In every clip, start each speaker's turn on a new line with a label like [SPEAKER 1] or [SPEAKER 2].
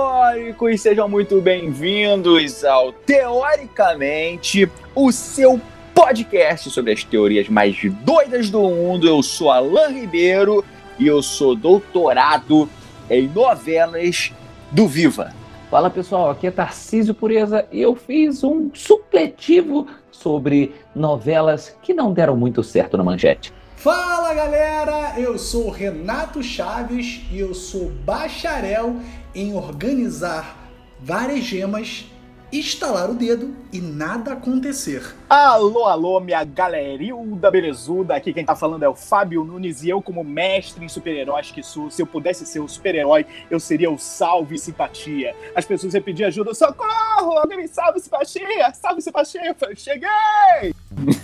[SPEAKER 1] teóricos, sejam muito bem-vindos ao Teoricamente, o seu podcast sobre as teorias mais doidas do mundo. Eu sou Alain Ribeiro e eu sou doutorado em novelas do Viva.
[SPEAKER 2] Fala pessoal, aqui é Tarcísio Pureza e eu fiz um supletivo sobre novelas que não deram muito certo na manchete.
[SPEAKER 3] Fala galera, eu sou Renato Chaves e eu sou bacharel em organizar várias gemas, estalar o dedo e nada acontecer.
[SPEAKER 1] Alô, alô, minha galerilda belezuda. Aqui quem tá falando é o Fábio Nunes e eu, como mestre em super-heróis que sou, se eu pudesse ser um super-herói, eu seria o salve simpatia. As pessoas iam pedir ajuda, socorro, alguém me salve simpatia, salve simpatia, eu falei, cheguei!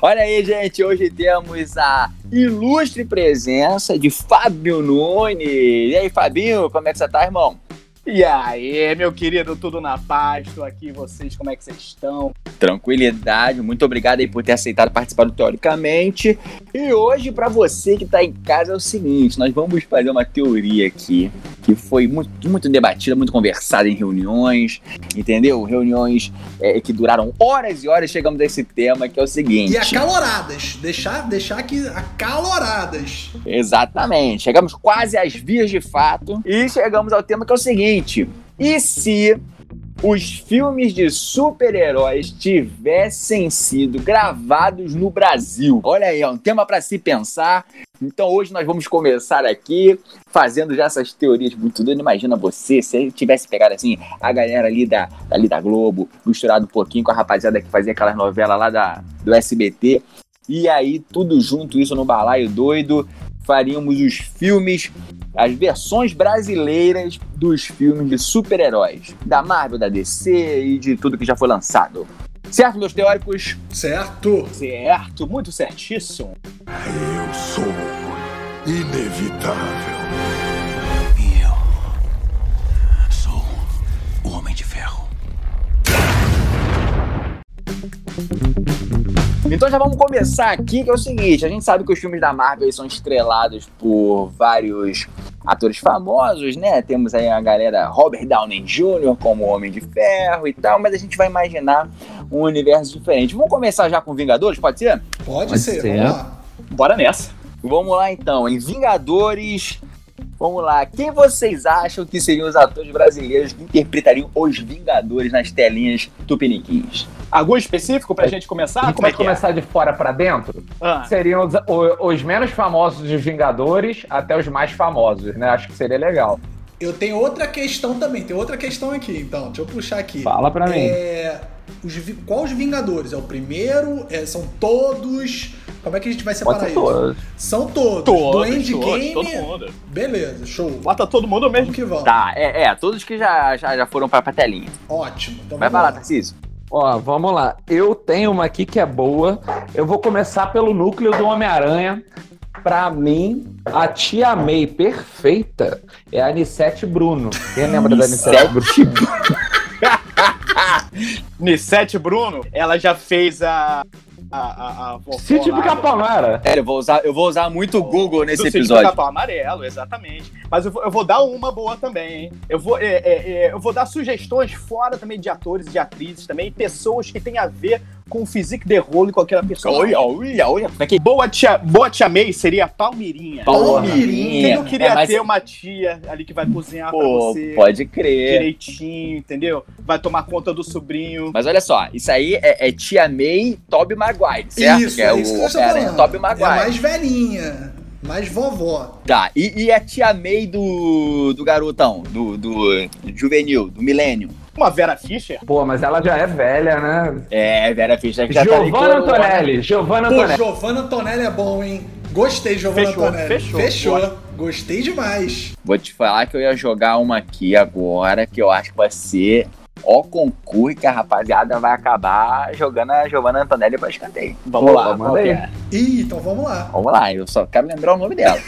[SPEAKER 1] Olha aí, gente, hoje temos a ilustre presença de Fábio Nunes. E aí, Fabinho, como é que você tá, irmão? E aí, meu querido, tudo na paz? Tô aqui, vocês, como é que vocês estão? Tranquilidade, muito obrigado aí por ter aceitado participar do Teoricamente. E hoje, pra você que tá em casa, é o seguinte: nós vamos fazer uma teoria aqui que foi muito, muito debatida, muito conversada em reuniões, entendeu? Reuniões é, que duraram horas e horas. Chegamos a esse tema que é o seguinte.
[SPEAKER 3] E acaloradas, deixar, deixar aqui acaloradas.
[SPEAKER 1] Exatamente. Chegamos quase às vias de fato e chegamos ao tema que é o seguinte: e se os filmes de super-heróis tivessem sido gravados no Brasil? Olha aí, é um tema para se pensar. Então hoje nós vamos começar aqui fazendo já essas teorias muito doidas. Imagina você, se ele tivesse pegado assim a galera ali da, ali da Globo, misturado um pouquinho com a rapaziada que fazia aquelas novelas lá da, do SBT, e aí tudo junto, isso no balaio doido, faríamos os filmes, as versões brasileiras dos filmes de super-heróis, da Marvel, da DC e de tudo que já foi lançado. Certo, meus teóricos?
[SPEAKER 3] Certo?
[SPEAKER 1] Certo, muito certíssimo.
[SPEAKER 4] Eu sou inevitável.
[SPEAKER 5] E eu sou o Homem de Ferro.
[SPEAKER 1] Então já vamos começar aqui, que é o seguinte: a gente sabe que os filmes da Marvel eles são estrelados por vários atores famosos, né? Temos aí a galera Robert Downey Jr. como Homem de Ferro e tal, mas a gente vai imaginar um universo diferente. Vamos começar já com Vingadores, pode ser?
[SPEAKER 3] Pode,
[SPEAKER 2] Pode
[SPEAKER 3] ser,
[SPEAKER 2] ser.
[SPEAKER 3] vamos lá.
[SPEAKER 1] Bora nessa. Vamos lá então, em Vingadores. Vamos lá, quem vocês acham que seriam os atores brasileiros que interpretariam os Vingadores nas telinhas tupiniquins?
[SPEAKER 6] Algum específico pra gente
[SPEAKER 2] A
[SPEAKER 6] começar?
[SPEAKER 2] gente
[SPEAKER 6] Como é
[SPEAKER 2] vai
[SPEAKER 6] que é?
[SPEAKER 2] começar de fora pra dentro?
[SPEAKER 6] Ah,
[SPEAKER 2] Seriam os, o- os menos famosos dos Vingadores até os mais famosos, né? Acho que seria legal.
[SPEAKER 3] Eu tenho outra questão também, tem outra questão aqui, então, deixa eu puxar aqui.
[SPEAKER 2] Fala pra mim.
[SPEAKER 3] É, os, vi- qual os Vingadores? É o primeiro? É, são todos? Como é que a gente vai
[SPEAKER 2] Pode
[SPEAKER 3] separar
[SPEAKER 2] ser
[SPEAKER 3] isso?
[SPEAKER 2] todos.
[SPEAKER 3] São todos. do
[SPEAKER 6] todos,
[SPEAKER 3] Endgame.
[SPEAKER 6] todos, todo mundo.
[SPEAKER 3] Beleza, show.
[SPEAKER 6] Bota todo mundo ao mesmo.
[SPEAKER 3] Vamos que vamos.
[SPEAKER 1] Tá, é, é, todos que já, já, já foram pra, pra telinha.
[SPEAKER 3] Ótimo. Então
[SPEAKER 1] Vai
[SPEAKER 3] vamos
[SPEAKER 1] pra lá,
[SPEAKER 3] lá.
[SPEAKER 1] Tarcísio.
[SPEAKER 2] Ó, vamos lá. Eu tenho uma aqui que é boa. Eu vou começar pelo núcleo do Homem-Aranha. Pra mim, a tia May perfeita é a Anissete Bruno. Quem lembra da Anissete Bruno?
[SPEAKER 6] Nissete Bruno, ela já fez a. A, a, a vovó
[SPEAKER 2] Sítio
[SPEAKER 1] tipo
[SPEAKER 6] lá,
[SPEAKER 2] do Capão, não era?
[SPEAKER 1] Sério, eu vou usar, eu vou usar muito é o Google
[SPEAKER 6] do
[SPEAKER 1] nesse
[SPEAKER 6] Sítio do
[SPEAKER 1] episódio.
[SPEAKER 6] Capão Amarelo, exatamente. Mas eu vou, eu vou dar uma boa também, hein? Eu vou, é, é, é, eu vou dar sugestões fora também de atores e de atrizes também, e pessoas que têm a ver com o physique de rolo e com aquela pessoa.
[SPEAKER 1] Olha, olha, olha. Como é que
[SPEAKER 6] Boa tia, boa tia May seria a Palmirinha.
[SPEAKER 1] Palmirinha.
[SPEAKER 6] Quem não queria
[SPEAKER 1] É, mas-
[SPEAKER 6] ter uma tia ali que vai cozinhar pra
[SPEAKER 1] Pô,
[SPEAKER 6] você?
[SPEAKER 1] pode crer.
[SPEAKER 6] direitinho, entendeu? Vai tomar conta do sobrinho.
[SPEAKER 1] Mas olha só, isso aí é, é Tia May Toby Maguire, certo?
[SPEAKER 3] Isso,
[SPEAKER 1] que
[SPEAKER 3] é,
[SPEAKER 1] é,
[SPEAKER 3] isso que
[SPEAKER 1] o
[SPEAKER 3] eu tô
[SPEAKER 1] Homem-Aranha
[SPEAKER 3] falando.
[SPEAKER 1] Toby
[SPEAKER 3] é
[SPEAKER 1] Maguire.
[SPEAKER 3] mais velhinha, mais vovó.
[SPEAKER 1] Tá, e, e a tia May do, do garotão, do, do juvenil, do milênio?
[SPEAKER 6] Uma Vera Fischer?
[SPEAKER 2] Pô, mas ela já é velha, né?
[SPEAKER 1] É, Vera Fischer que já tá ali
[SPEAKER 2] Giovanna
[SPEAKER 1] com-
[SPEAKER 2] Antonelli. Giovanna
[SPEAKER 3] Pô,
[SPEAKER 2] Antonelli.
[SPEAKER 3] Giovanna Antonelli é bom, hein? Gostei, Giovanna
[SPEAKER 6] Fechou,
[SPEAKER 3] Antonelli.
[SPEAKER 6] fechou.
[SPEAKER 3] Fechou. Gostei demais.
[SPEAKER 1] Vou te falar que eu ia jogar uma aqui agora, que eu acho que vai ser ó concurso que a rapaziada vai acabar jogando a Giovanna Antonelli pra escanteio. Vamos
[SPEAKER 2] Pô,
[SPEAKER 1] lá,
[SPEAKER 2] manda
[SPEAKER 1] qual que
[SPEAKER 2] aí.
[SPEAKER 1] é?
[SPEAKER 3] Ih, então vamos lá.
[SPEAKER 1] Vamos lá, eu só quero lembrar o nome dela.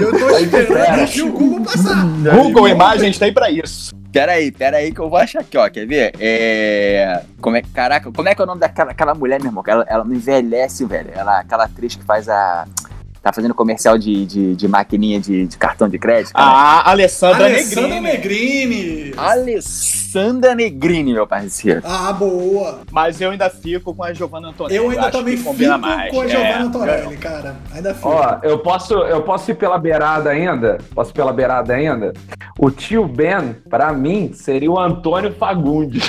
[SPEAKER 3] Eu tô esperando aqui o Google passar.
[SPEAKER 6] Google Imagens tem pra isso.
[SPEAKER 1] Pera aí, pera aí que eu vou achar aqui, ó. Quer ver? É. Como é... Caraca, como é que é o nome daquela aquela mulher, meu irmão? Que Ela, ela não envelhece, velho. Ela, aquela atriz que faz a. Tá fazendo comercial de, de, de maquininha de, de cartão de crédito. cara.
[SPEAKER 6] Ah, Alessandra,
[SPEAKER 3] Alessandra
[SPEAKER 6] Negrini.
[SPEAKER 3] Negrini.
[SPEAKER 1] Alessandra Negrini, meu parceiro.
[SPEAKER 3] Ah, boa.
[SPEAKER 6] Mas eu ainda fico com a Giovanna Antonelli.
[SPEAKER 3] Eu ainda
[SPEAKER 6] acho
[SPEAKER 3] também
[SPEAKER 6] que
[SPEAKER 3] fico
[SPEAKER 6] combina mais.
[SPEAKER 3] com a
[SPEAKER 6] É,
[SPEAKER 3] Giovanna
[SPEAKER 6] eu-
[SPEAKER 3] Antonelli, cara. Ainda fico.
[SPEAKER 2] Ó, eu posso, eu posso ir pela beirada ainda? Posso ir pela beirada ainda? O tio Ben, pra mim, seria o Antônio Fagundes.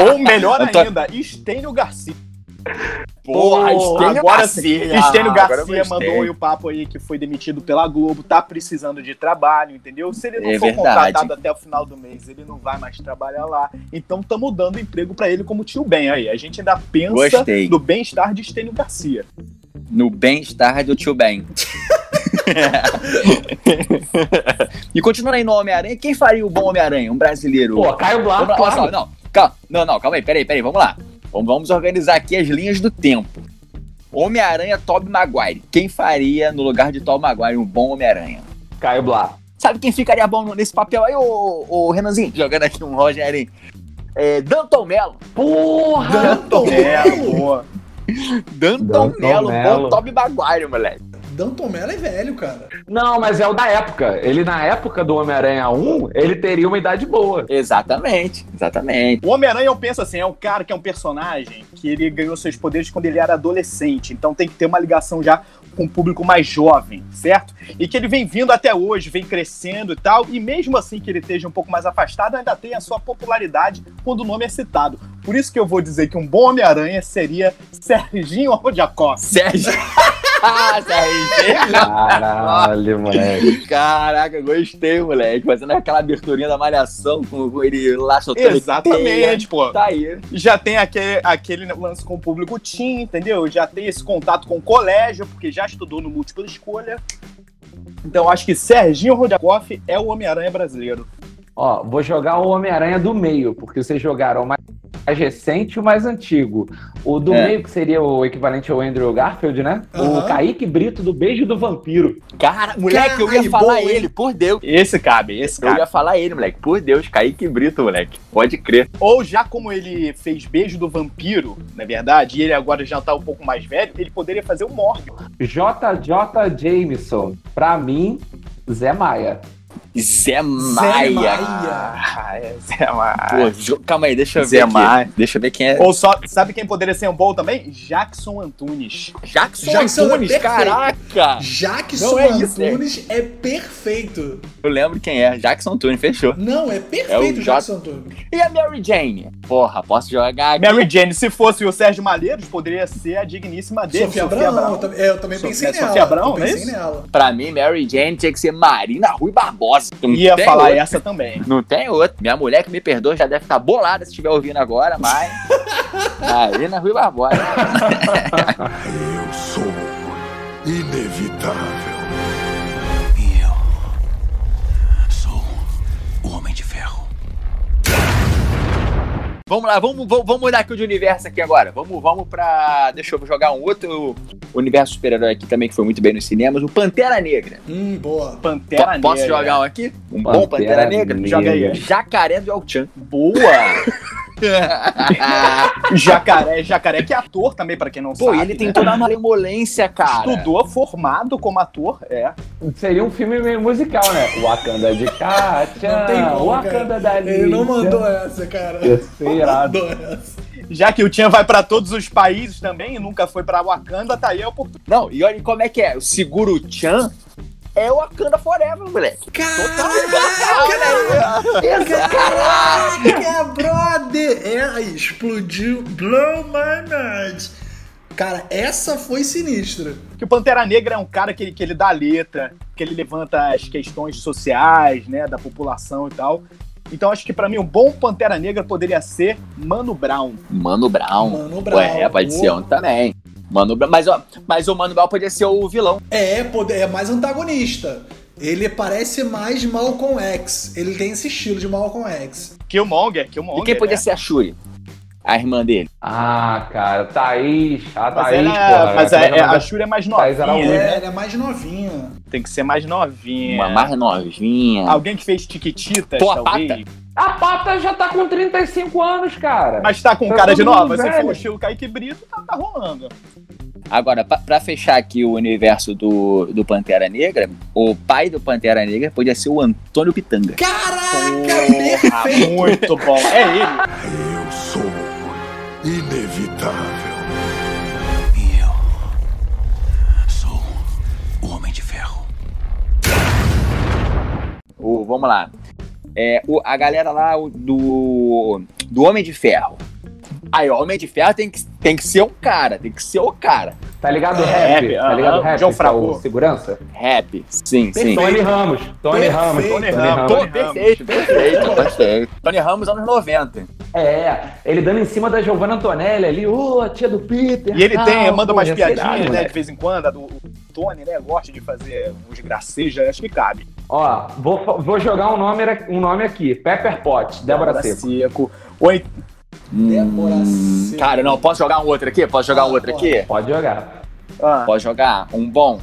[SPEAKER 6] Ou melhor
[SPEAKER 1] Antônio-
[SPEAKER 6] ainda, Estênio Garcia.
[SPEAKER 1] Porra, Estênio
[SPEAKER 6] agora
[SPEAKER 1] Garcia.
[SPEAKER 6] sim. Estênio
[SPEAKER 1] Agora
[SPEAKER 6] Garcia
[SPEAKER 1] eu gostei.
[SPEAKER 6] mandou aí o papo aí que foi demitido pela Globo, tá precisando de trabalho, entendeu? Se ele não
[SPEAKER 1] É
[SPEAKER 6] for
[SPEAKER 1] verdade.
[SPEAKER 6] contratado até o final do mês, ele não vai mais trabalhar lá. Então estamos dando emprego pra ele como tio Ben aí. A gente ainda pensa
[SPEAKER 1] Gostei.
[SPEAKER 6] do bem-estar de Estênio Garcia.
[SPEAKER 1] No bem-estar do tio Ben. e continuando aí no Homem-Aranha, quem faria o bom Homem-Aranha? Um brasileiro.
[SPEAKER 2] Pô, Caio Blá,
[SPEAKER 1] Vamos lá, olha só,
[SPEAKER 2] Ah, claro.
[SPEAKER 1] não, calma, não, não, calma aí, peraí, peraí, vamos lá. Vamos, vamos organizar aqui as linhas do tempo. Homem-Aranha, Tobey Maguire. Quem faria no lugar de Tobey Maguire um bom Homem-Aranha?
[SPEAKER 2] Caio Blá.
[SPEAKER 1] Sabe quem ficaria bom no- nesse papel aí, ô, ô Renanzinho? Jogando aqui um Rogerinho. É, Danton Mello.
[SPEAKER 2] Porra!
[SPEAKER 3] Danton
[SPEAKER 6] É,
[SPEAKER 3] Mello.
[SPEAKER 6] boa.
[SPEAKER 1] Danton,
[SPEAKER 2] Danton
[SPEAKER 1] Mello, bom
[SPEAKER 2] Mello.
[SPEAKER 1] Tobey Maguire, moleque.
[SPEAKER 3] Danton Mello é velho, cara.
[SPEAKER 2] Não, mas é o da época. Ele, na época do Homem-Aranha 1, ele teria uma idade boa.
[SPEAKER 1] Exatamente, exatamente.
[SPEAKER 6] O Homem-Aranha, eu penso assim, é um cara que é um personagem que ele ganhou seus poderes quando ele era adolescente. Então tem que ter uma ligação já com o público mais jovem, certo? E que ele vem vindo até hoje, vem crescendo e tal. E mesmo assim que ele esteja um pouco mais afastado, ainda tem a sua popularidade quando o nome é citado. Por isso que eu vou dizer que um bom Homem-Aranha seria Serginho Aldiacó.
[SPEAKER 1] Sérgio. ah, Sérgio.
[SPEAKER 2] Caralho, moleque.
[SPEAKER 1] Caraca, gostei, moleque. Fazendo aquela aberturinha da malhação com com ele lá soltando. teia.
[SPEAKER 6] Exatamente, pô.
[SPEAKER 1] Tá aí.
[SPEAKER 6] já tem aquele, aquele lance com o público teen, entendeu? Já tem esse contato com o colégio, porque já estudou no múltipla escolha. Então acho que Serginho Rodakov é o Homem-Aranha brasileiro.
[SPEAKER 2] Ó, vou jogar o Homem-Aranha do meio, porque vocês jogaram o mais mais recente e o mais antigo. O do
[SPEAKER 1] É.
[SPEAKER 2] meio, que seria o equivalente ao Andrew Garfield, né?
[SPEAKER 3] Aham.
[SPEAKER 2] O Kaique Brito do Beijo do Vampiro.
[SPEAKER 1] Cara, moleque, eu ia
[SPEAKER 3] Caralho,
[SPEAKER 1] falar
[SPEAKER 3] boa, hein?
[SPEAKER 1] ele, por Deus.
[SPEAKER 6] Esse cabe, esse
[SPEAKER 1] Eu
[SPEAKER 6] cabe.
[SPEAKER 1] ia falar ele, moleque. Por Deus, Kaique Brito, moleque. Pode crer.
[SPEAKER 6] Ou já como ele fez Beijo do Vampiro, na verdade, e ele agora já tá um pouco mais velho, ele poderia fazer o Morgan.
[SPEAKER 2] JJ Jameson. Pra mim, Zé Maia.
[SPEAKER 1] Zé
[SPEAKER 3] Zé
[SPEAKER 1] Maia.
[SPEAKER 3] Maia.
[SPEAKER 6] Ah, esse é uma...
[SPEAKER 1] Pô, jo- calma aí, deixa eu ver.
[SPEAKER 6] Zé
[SPEAKER 1] aqui.
[SPEAKER 6] Maia.
[SPEAKER 1] Deixa eu ver quem é.
[SPEAKER 6] Ou só, sabe quem poderia ser um bom também? Jackson Antunes.
[SPEAKER 1] Jackson,
[SPEAKER 3] Jackson
[SPEAKER 1] Antunes,
[SPEAKER 3] é perfeito.
[SPEAKER 1] caraca!
[SPEAKER 3] Jackson
[SPEAKER 1] Não é isso,
[SPEAKER 3] Antunes é perfeito.
[SPEAKER 1] Eu lembro quem é. Jackson Antunes, fechou.
[SPEAKER 3] Não, é perfeito
[SPEAKER 1] É o
[SPEAKER 3] Jackson Antunes.
[SPEAKER 1] E a Mary Jane? Porra, posso jogar aqui?
[SPEAKER 6] Mary Jane, se fosse o Sérgio Malheiros, poderia ser a digníssima dele,
[SPEAKER 3] Sofia Abrão. eu tam- é, Eu também
[SPEAKER 6] Sofia-
[SPEAKER 3] pensei
[SPEAKER 6] é
[SPEAKER 3] nela.
[SPEAKER 6] Sofia Abrão,
[SPEAKER 3] eu
[SPEAKER 6] não é
[SPEAKER 3] pensei
[SPEAKER 6] isso?
[SPEAKER 3] nela.
[SPEAKER 1] Pra mim, Mary Jane tinha que ser Marina Rui Barbosa. Não
[SPEAKER 6] Ia
[SPEAKER 1] tem
[SPEAKER 6] falar
[SPEAKER 1] outro.
[SPEAKER 6] essa também.
[SPEAKER 1] Não tem outro. Minha mulher que me perdoa já deve estar bolada se estiver ouvindo agora, mas. Marina Rui Barbosa.
[SPEAKER 5] Eu sou inevitável. E eu sou o Homem de Ferro.
[SPEAKER 1] Vamos lá, vamos, vamos, vamos mudar aqui de universo aqui agora. Vamos, vamos pra. Deixa eu jogar um outro universo super-herói aqui também, que foi muito bem nos cinemas, o Pantera Negra.
[SPEAKER 3] Hum, boa.
[SPEAKER 6] Pantera
[SPEAKER 1] Po- Posso
[SPEAKER 6] Negra.
[SPEAKER 1] jogar um aqui? Um bom Pantera Negra?
[SPEAKER 6] Joga aí,
[SPEAKER 1] Jacaré do El-Chan.
[SPEAKER 6] Boa!
[SPEAKER 1] Ah,
[SPEAKER 6] jacaré, jacaré que é ator também, pra quem não
[SPEAKER 1] Pô,
[SPEAKER 6] sabe.
[SPEAKER 1] e ele tem
[SPEAKER 6] né?
[SPEAKER 1] toda a malemolência, cara.
[SPEAKER 6] Estudou, formado como ator, é.
[SPEAKER 2] Seria um filme meio musical, né? Wakanda de Katia.
[SPEAKER 3] Não tem como,
[SPEAKER 2] Wakanda
[SPEAKER 3] cara.
[SPEAKER 2] da
[SPEAKER 3] Ele não mandou essa, cara.
[SPEAKER 2] Ia ser irado.
[SPEAKER 3] Mandou essa.
[SPEAKER 6] Já que o Tchan vai pra todos os países também e nunca foi pra Wakanda, tá aí a oportunidade.
[SPEAKER 1] Não, e olha como é que é. O Seguro Chan é o Akanda Forever, moleque. Caraca!
[SPEAKER 3] Caraca, é, brother! É, aí, explodiu. Blow my mind. Cara, essa foi sinistra.
[SPEAKER 6] Que o Pantera Negra é um cara que, que ele dá letra, que ele levanta as questões sociais, né, da população e tal. Então acho que pra mim um bom Pantera Negra poderia ser Mano Brown.
[SPEAKER 1] Mano Brown.
[SPEAKER 3] Mano Brown.
[SPEAKER 1] Ué, pode ser um também. Mano Brown. Mas, ó, mas o Mano Brown podia ser o vilão.
[SPEAKER 3] É, pode- é mais antagonista. Ele parece mais Malcolm X. Ele tem esse estilo de Malcolm X.
[SPEAKER 6] Killmonger, Killmonger.
[SPEAKER 1] e quem podia
[SPEAKER 6] né?
[SPEAKER 1] ser a Shuri? A irmã dele.
[SPEAKER 2] Ah, cara, Thaís. A
[SPEAKER 6] Mas,
[SPEAKER 2] Thaís,
[SPEAKER 6] ela-
[SPEAKER 2] tá porra.
[SPEAKER 6] mas
[SPEAKER 2] Como é
[SPEAKER 6] a,
[SPEAKER 2] o nome
[SPEAKER 6] é- a
[SPEAKER 2] da-
[SPEAKER 6] Shuri é mais
[SPEAKER 2] Thaís
[SPEAKER 3] É,
[SPEAKER 2] Araújo.
[SPEAKER 6] novinha, né?
[SPEAKER 3] ele é mais novinha.
[SPEAKER 6] Tem que ser mais novinha.
[SPEAKER 1] Uma mais novinha.
[SPEAKER 6] Alguém que fez Tiquititas,
[SPEAKER 1] Pô, a
[SPEAKER 6] talvez.
[SPEAKER 2] A Pata já tá com 35 anos, cara.
[SPEAKER 6] Mas tá com
[SPEAKER 2] Tá
[SPEAKER 6] cara de
[SPEAKER 2] todo mundo
[SPEAKER 6] nova. Se
[SPEAKER 2] velho.
[SPEAKER 6] for o estilo Kaique Brito, tá, tá rolando.
[SPEAKER 1] Agora, pa- pra fechar aqui o universo do, do Pantera Negra, o pai do Pantera Negra podia ser o Antônio Pitanga.
[SPEAKER 2] é
[SPEAKER 3] Caraca,
[SPEAKER 6] Porra, muito bom. É ele.
[SPEAKER 5] Eu sou inevitável. E eu sou o Homem de Ferro.
[SPEAKER 1] O, vamos lá. É, o- a galera lá o- do, do Homem de Ferro. Aí, ó, Homem de Ferro tem que, tem que ser um cara, tem que ser o cara.
[SPEAKER 2] Tá ligado o
[SPEAKER 6] Rap,
[SPEAKER 2] rap? tá ligado
[SPEAKER 6] É, aham,
[SPEAKER 2] o rap?
[SPEAKER 6] John
[SPEAKER 2] que é o
[SPEAKER 6] Favreau.
[SPEAKER 2] segurança?
[SPEAKER 1] Rap, sim, sim.
[SPEAKER 3] Perfeito.
[SPEAKER 2] Tony Ramos. Tony
[SPEAKER 3] Perfeito.
[SPEAKER 2] Ramos.
[SPEAKER 6] Tony Ramos.
[SPEAKER 1] Pô,
[SPEAKER 6] Tony
[SPEAKER 1] perfeito, perfeito, perfeito. Tony Ramos, anos 90.
[SPEAKER 2] É, ele dando em cima da Giovanna Antonelli ali, ô, a tia do Peter.
[SPEAKER 6] E ele tem,
[SPEAKER 2] tal,
[SPEAKER 6] manda
[SPEAKER 2] Ah, pô,
[SPEAKER 6] umas
[SPEAKER 2] ia ser irado,
[SPEAKER 6] piadinhas, né?
[SPEAKER 2] moleque.
[SPEAKER 6] De vez em quando. A do o Tony, né? Gosta de fazer uns gracejos. Acho que cabe.
[SPEAKER 2] Ó, vou, fa- vou jogar um nome, era- um nome aqui, Pepper Potts, Débora Seco.
[SPEAKER 6] Seco. Oi.
[SPEAKER 3] Débora
[SPEAKER 1] Hum,
[SPEAKER 3] Seco.
[SPEAKER 1] cara, não, posso jogar um outro aqui? Posso jogar um outro aqui?
[SPEAKER 2] Pode jogar.
[SPEAKER 6] Ah,
[SPEAKER 1] Posso jogar um bom?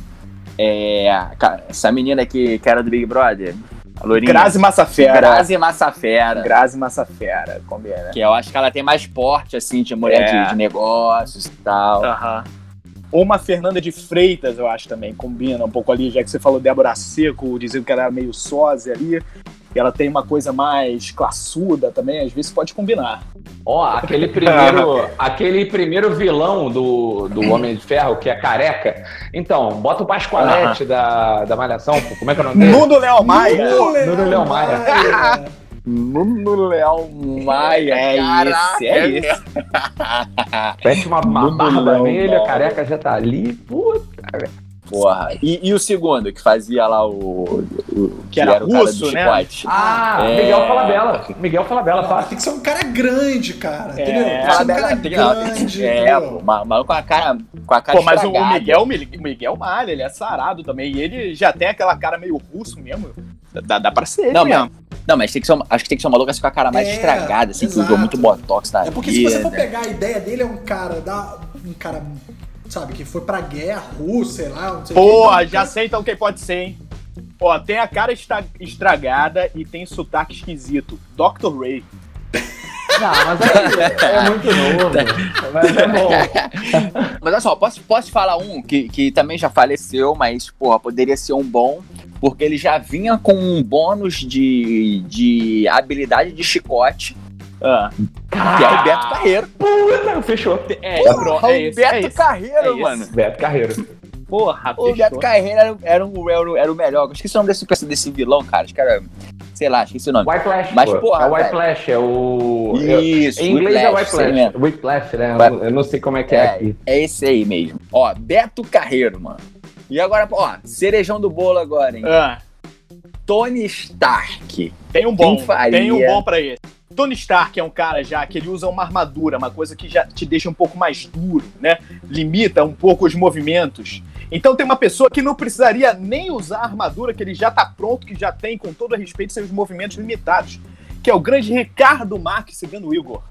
[SPEAKER 1] É, cara, essa menina aqui que era do Big Brother, a loirinha.
[SPEAKER 6] Grazi Massafera.
[SPEAKER 1] Grazi Massafera.
[SPEAKER 6] Grazi Massafera. é, né? Combina.
[SPEAKER 1] Que eu acho que ela tem mais porte, assim, de mulher
[SPEAKER 6] É. Tá.
[SPEAKER 1] de, de negócios e tal.
[SPEAKER 6] Aham. Ou uma Fernanda de Freitas, eu acho também, combina um pouco ali, já que você falou Débora Seco, dizendo que ela era meio sósia ali, e ela tem uma coisa mais classuda também, às vezes pode combinar.
[SPEAKER 2] Ó, aquele primeiro, aquele primeiro vilão do, do Homem de Ferro, que é careca. Então, bota o Pascoalete da, da Malhação, pô, como é que é o nome dele?
[SPEAKER 6] Nuno Léo Maia!
[SPEAKER 3] né?
[SPEAKER 2] Nuno Leão Maia.
[SPEAKER 3] É.
[SPEAKER 1] Nuno Leal Maia.
[SPEAKER 6] É
[SPEAKER 1] caraca,
[SPEAKER 6] esse, é esse.
[SPEAKER 2] Pede uma, uma
[SPEAKER 1] Nuno
[SPEAKER 2] barba
[SPEAKER 1] Leão
[SPEAKER 2] vermelha,
[SPEAKER 1] Maia.
[SPEAKER 2] careca já tá ali. Puta.
[SPEAKER 1] Porra. E, e o segundo, que fazia lá o. o-
[SPEAKER 6] Que era
[SPEAKER 1] o cara do
[SPEAKER 6] russo, né?
[SPEAKER 1] chicote.
[SPEAKER 2] Ah,
[SPEAKER 1] É.
[SPEAKER 2] Miguel Falabella. Miguel Falabella, fácil.
[SPEAKER 3] Tem que ser um cara grande, cara.
[SPEAKER 6] É,
[SPEAKER 3] entendeu? Tem que ser
[SPEAKER 1] Fala
[SPEAKER 3] um
[SPEAKER 1] dela,
[SPEAKER 3] cara
[SPEAKER 1] tem que- não, tem
[SPEAKER 3] grande.
[SPEAKER 1] que- É,
[SPEAKER 3] entendeu?
[SPEAKER 1] pô, ma- maluco com a cara. Com a cara
[SPEAKER 6] Pô, mas o- o
[SPEAKER 1] estragada.
[SPEAKER 6] Miguel, o Miguel Malha, ele é sarado também, e ele já tem aquela cara meio russo mesmo, dá, dá pra ser né? ele
[SPEAKER 1] Não,
[SPEAKER 6] mesmo.
[SPEAKER 1] Não, mas tem que ser uma- acho que tem que ser um maluco assim com a cara mais
[SPEAKER 3] É,
[SPEAKER 1] estragada, assim, que usou
[SPEAKER 3] exato.
[SPEAKER 1] muito botox na
[SPEAKER 3] É porque se você for
[SPEAKER 1] vida.
[SPEAKER 3] pegar a ideia dele, é um cara da. Um cara, sabe, que foi pra guerra russa, sei lá, não sei o
[SPEAKER 6] Pô,
[SPEAKER 3] que.
[SPEAKER 6] já sei então quem pode ser, hein? Ó, tem a cara estra- estragada e tem sotaque esquisito. Dr. Ray.
[SPEAKER 2] assim, Não, mas aí é muito novo. Mas é bom.
[SPEAKER 1] Mas olha só, posso, posso falar um que, que também já faleceu, mas, porra, poderia ser um bom, porque ele já vinha com um bônus de, de habilidade de chicote,
[SPEAKER 6] Ah.
[SPEAKER 1] que é o Beto Carreiro.
[SPEAKER 2] Puta, fechou.
[SPEAKER 6] É,
[SPEAKER 1] Porra,
[SPEAKER 6] pronto, é
[SPEAKER 1] o
[SPEAKER 6] esse, é
[SPEAKER 1] Beto
[SPEAKER 6] esse.
[SPEAKER 1] Carreiro,
[SPEAKER 6] É esse.
[SPEAKER 1] mano.
[SPEAKER 2] Beto Carreiro.
[SPEAKER 6] Porra,
[SPEAKER 1] O Beto Carreiro era, era, um, era, o- era o melhor. Eu esqueci o nome desse, desse vilão, cara. Acho que era. Sei lá, esqueci o nome.
[SPEAKER 2] White Flash.
[SPEAKER 1] Mas,
[SPEAKER 2] pô.
[SPEAKER 1] porra,
[SPEAKER 2] é o White
[SPEAKER 1] velho.
[SPEAKER 2] Flash, é o.
[SPEAKER 1] Isso,
[SPEAKER 2] Em inglês é White
[SPEAKER 1] Whiplash, isso aí mesmo.
[SPEAKER 2] Flash. Whiplash, né?
[SPEAKER 1] Vai-
[SPEAKER 2] Eu- Eu não sei como é que é, aqui.
[SPEAKER 1] É esse aí mesmo. Ó, Beto Carreiro, mano. E agora, ó, cerejão do bolo agora, hein?
[SPEAKER 6] Ah,
[SPEAKER 1] Tony Stark.
[SPEAKER 6] tem um bom.
[SPEAKER 1] Quem faria?
[SPEAKER 6] Tem um bom pra esse. Tony Stark é um cara já que ele usa uma armadura, uma coisa que já te deixa um pouco mais duro, né? Limita um pouco os movimentos. Então tem uma pessoa que não precisaria nem usar a armadura, que ele já tá pronto, que já tem, com todo respeito, seus movimentos limitados. Que é o grande Ricardo Marques, segundo o Igor.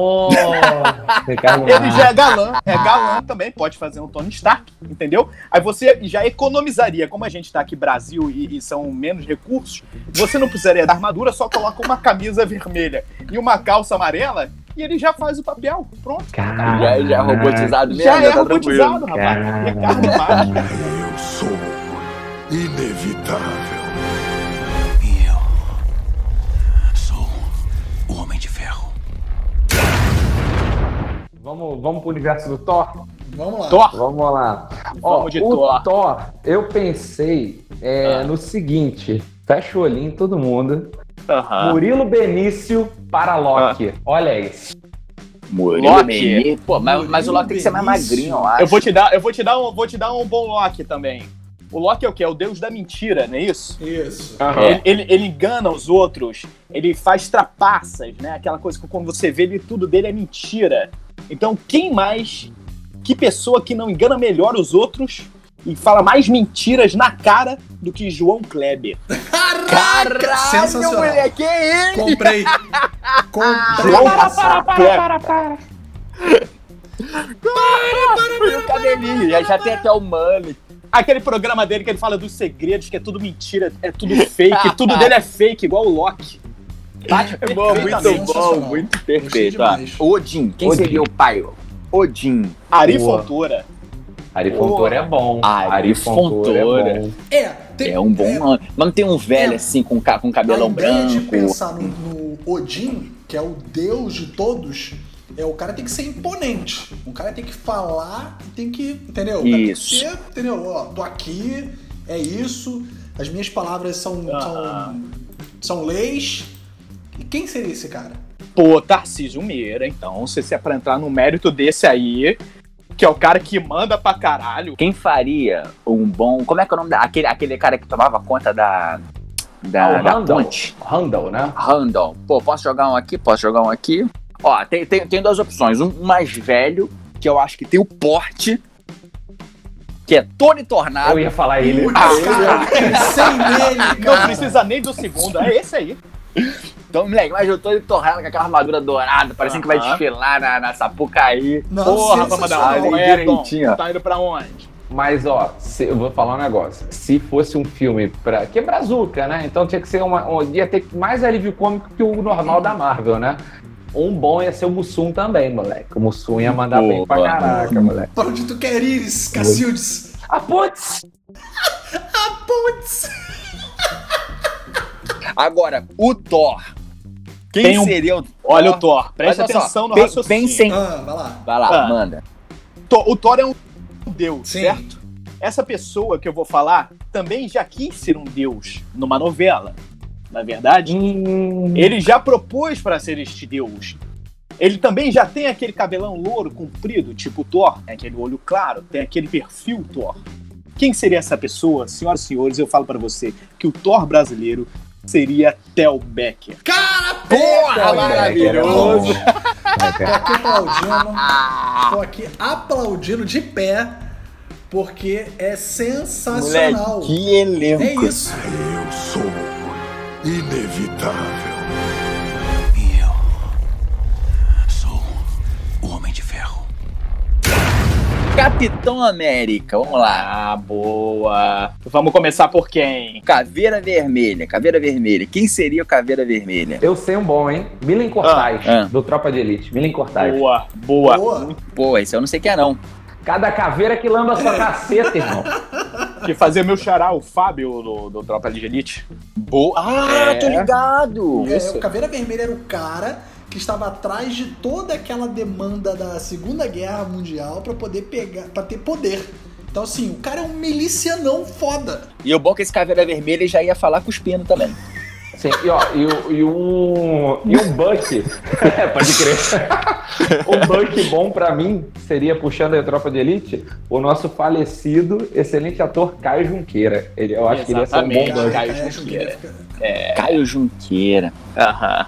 [SPEAKER 2] Nossa! Ricardo
[SPEAKER 6] Ele
[SPEAKER 2] Marques.
[SPEAKER 6] já é galã, é galã também, pode fazer um Tony Stark, entendeu? Aí você já economizaria, como a gente tá aqui Brasil e, e são menos recursos, você não precisaria da armadura, só coloca uma camisa vermelha e uma calça amarela e ele já faz o papel, pronto.
[SPEAKER 2] Caraca.
[SPEAKER 1] Já, já é robotizado mesmo,
[SPEAKER 6] já é
[SPEAKER 1] tá tranquilo.
[SPEAKER 6] robotizado, rapaz. É
[SPEAKER 2] Caraca.
[SPEAKER 6] Ricardo Marques.
[SPEAKER 5] Eu sou inevitável. E eu sou o Homem de Ferro.
[SPEAKER 2] Vamos, vamos pro universo do Thor?
[SPEAKER 3] Vamos lá.
[SPEAKER 6] Thor.
[SPEAKER 2] Vamos lá. Ó,
[SPEAKER 6] Vamos de
[SPEAKER 2] o
[SPEAKER 6] Thor.
[SPEAKER 2] Thor. eu pensei é, no seguinte. Fecha o olhinho, todo mundo. Murilo Benício para Loki. Olha isso.
[SPEAKER 1] Murilo
[SPEAKER 6] Loki.
[SPEAKER 1] Menino. é Pô, mas, mas o Loki tem que ser mais
[SPEAKER 3] Benício.
[SPEAKER 1] magrinho, eu acho.
[SPEAKER 6] Eu vou te dar, eu vou te dar um, vou te dar um bom Loki também. O Loki é o quê? É o deus da mentira, não é isso?
[SPEAKER 3] Isso.
[SPEAKER 2] É.
[SPEAKER 6] Ele, ele- ele engana os outros, ele faz trapaças, né? Aquela coisa que quando você vê ele, tudo dele é mentira. Então, quem mais, que pessoa que não engana melhor os outros e fala mais mentiras na cara do que João Kleber?
[SPEAKER 3] Caraca! sensacional.
[SPEAKER 1] que é
[SPEAKER 3] Comprei. Comprei.
[SPEAKER 6] João Passar Kleber.
[SPEAKER 1] ele? O um cabelinho, já, já tem até o Mami.
[SPEAKER 6] Aquele programa dele que ele fala dos segredos, que é tudo mentira, é tudo fake, tudo dele é fake, igual o Loki. Bate
[SPEAKER 1] É Bom,
[SPEAKER 6] perfeitamente.
[SPEAKER 1] muito bom,
[SPEAKER 3] sensacional.
[SPEAKER 1] muito
[SPEAKER 3] Gostei
[SPEAKER 1] perfeito. ó.
[SPEAKER 3] demais.
[SPEAKER 1] Odin, quem
[SPEAKER 2] Odin.
[SPEAKER 1] seria o pai? Odin.
[SPEAKER 6] Ari
[SPEAKER 2] Boa.
[SPEAKER 6] Fontoura.
[SPEAKER 2] Ari Fontoura é bom.
[SPEAKER 1] Ari Fontoura.
[SPEAKER 2] bom.
[SPEAKER 3] É, tem,
[SPEAKER 1] É um bom
[SPEAKER 3] é,
[SPEAKER 1] nome. Mas não tem um velho assim com, ca- com
[SPEAKER 3] A
[SPEAKER 1] cabelão
[SPEAKER 3] ideia de
[SPEAKER 1] branco.
[SPEAKER 3] pensar no, no Odin, que é o deus de todos, é o cara tem que ser imponente. O cara tem que falar e tem que. Entendeu? O cara tem que
[SPEAKER 1] Isso.
[SPEAKER 3] ser, entendeu? Ó, tô aqui, é isso. As minhas palavras são.
[SPEAKER 6] Ah.
[SPEAKER 3] são, são leis. E quem seria esse cara?
[SPEAKER 6] Pô, Tarcísio Meira, então, se você é pra entrar no mérito desse aí, que é o cara que manda pra caralho.
[SPEAKER 1] Quem faria um bom. Como é que é o nome da. Aquele, aquele cara que tomava conta da. Da,
[SPEAKER 2] Ah, o
[SPEAKER 1] da
[SPEAKER 2] Randall.
[SPEAKER 1] ponte?
[SPEAKER 2] Randall, né?
[SPEAKER 1] Randall. Pô, posso jogar um aqui? Posso jogar um aqui? Ó, tem, tem, tem duas opções. Um mais velho, que eu acho que tem o porte, que é Tony Tornado.
[SPEAKER 2] Eu ia falar ele.
[SPEAKER 3] Putz,
[SPEAKER 1] Ah,
[SPEAKER 3] cara, pensei nele,
[SPEAKER 6] Não
[SPEAKER 3] cara.
[SPEAKER 6] precisa nem do segundo, é esse aí.
[SPEAKER 1] Então, moleque, mas eu tô de torrada com aquela armadura dourada, parecendo que vai
[SPEAKER 6] Aham.
[SPEAKER 1] desfilar na, na Sapucaí.
[SPEAKER 3] Não,
[SPEAKER 6] Porra,
[SPEAKER 3] sensacional.
[SPEAKER 6] Papadal, qual é, Tom?
[SPEAKER 1] direitinho, ó.
[SPEAKER 6] Tá indo pra onde?
[SPEAKER 2] Mas, ó, se- eu vou falar um negócio. Se fosse um filme pra. Que é brazuca, né? Então tinha que ser uma. um- ia ter mais alívio cômico que o normal da Marvel, né? Um bom ia ser o Mussum também, moleque. O Mussum ia mandar bem pra
[SPEAKER 1] Boa.
[SPEAKER 2] caraca, moleque.
[SPEAKER 3] Pra onde tu quer ir, Cacildes?
[SPEAKER 2] Ah, putz!
[SPEAKER 3] Putz!
[SPEAKER 1] Agora, o Thor. Quem
[SPEAKER 6] Tem um-
[SPEAKER 1] seria o Thor?
[SPEAKER 6] Olha o Thor, presta
[SPEAKER 1] Olha só,
[SPEAKER 6] atenção no
[SPEAKER 1] pe-
[SPEAKER 6] raciocínio.
[SPEAKER 1] Pensem.
[SPEAKER 3] Ah, vai lá.
[SPEAKER 1] Vai lá,
[SPEAKER 6] Ah.
[SPEAKER 1] manda.
[SPEAKER 6] To- O Thor é um deus,
[SPEAKER 3] Sim.
[SPEAKER 6] certo? Essa pessoa que eu vou falar também já quis ser um deus numa novela. Na verdade,
[SPEAKER 2] Hum,
[SPEAKER 6] ele já propôs pra ser este deus. Ele também já tem aquele cabelão louro comprido, tipo Thor, tem aquele olho claro, tem aquele perfil Thor. Quem seria essa pessoa? Senhoras e senhores, eu falo pra você que o Thor brasileiro seria Tel Becker.
[SPEAKER 3] Cara,
[SPEAKER 1] Porra,
[SPEAKER 2] maravilhoso.
[SPEAKER 3] Tô aqui aplaudindo.
[SPEAKER 1] Ah,
[SPEAKER 3] Tô aqui aplaudindo de pé, porque é
[SPEAKER 1] moleque,
[SPEAKER 3] sensacional.
[SPEAKER 1] que elenco.
[SPEAKER 3] é isso.
[SPEAKER 5] Eu sou inevitável.
[SPEAKER 4] E eu sou o Homem de Ferro.
[SPEAKER 1] Capitão América, vamos lá.
[SPEAKER 6] Ah, boa. Vamos começar por quem?
[SPEAKER 1] Caveira Vermelha, Caveira Vermelha. Quem seria o Caveira Vermelha?
[SPEAKER 2] Eu sei um bom, hein? Milen Cortais,
[SPEAKER 1] Ah, ah.
[SPEAKER 2] do Tropa de Elite. Milen Cortais.
[SPEAKER 6] Boa, boa.
[SPEAKER 3] Boa.
[SPEAKER 1] Pô, esse eu não sei quem é, não.
[SPEAKER 2] Cada caveira que lamba sua caceta, irmão.
[SPEAKER 6] De fazer meu xará, o Fábio do, do Tropa de Elite.
[SPEAKER 1] Boa. Ah,
[SPEAKER 6] É.
[SPEAKER 1] tô ligado.
[SPEAKER 3] É, o Caveira Vermelha era o cara que estava atrás de toda aquela demanda da Segunda Guerra Mundial pra poder pegar, para ter poder. Então assim, o cara é um milicianão foda.
[SPEAKER 1] E o bom é que esse Caveira Vermelha já ia falar cuspindo também.
[SPEAKER 2] Sim, e, ó, e, o- e um. E um Buck. É, pode crer. um Buck bom pra mim seria, puxando a tropa de elite, o nosso falecido, excelente ator Caio Junqueira. Ele, eu acho que ele ia ser um bom
[SPEAKER 6] Exatamente.
[SPEAKER 2] Buck.
[SPEAKER 6] Caio
[SPEAKER 3] é,
[SPEAKER 6] Junqueira.
[SPEAKER 1] Caio Junqueira.
[SPEAKER 6] Aham.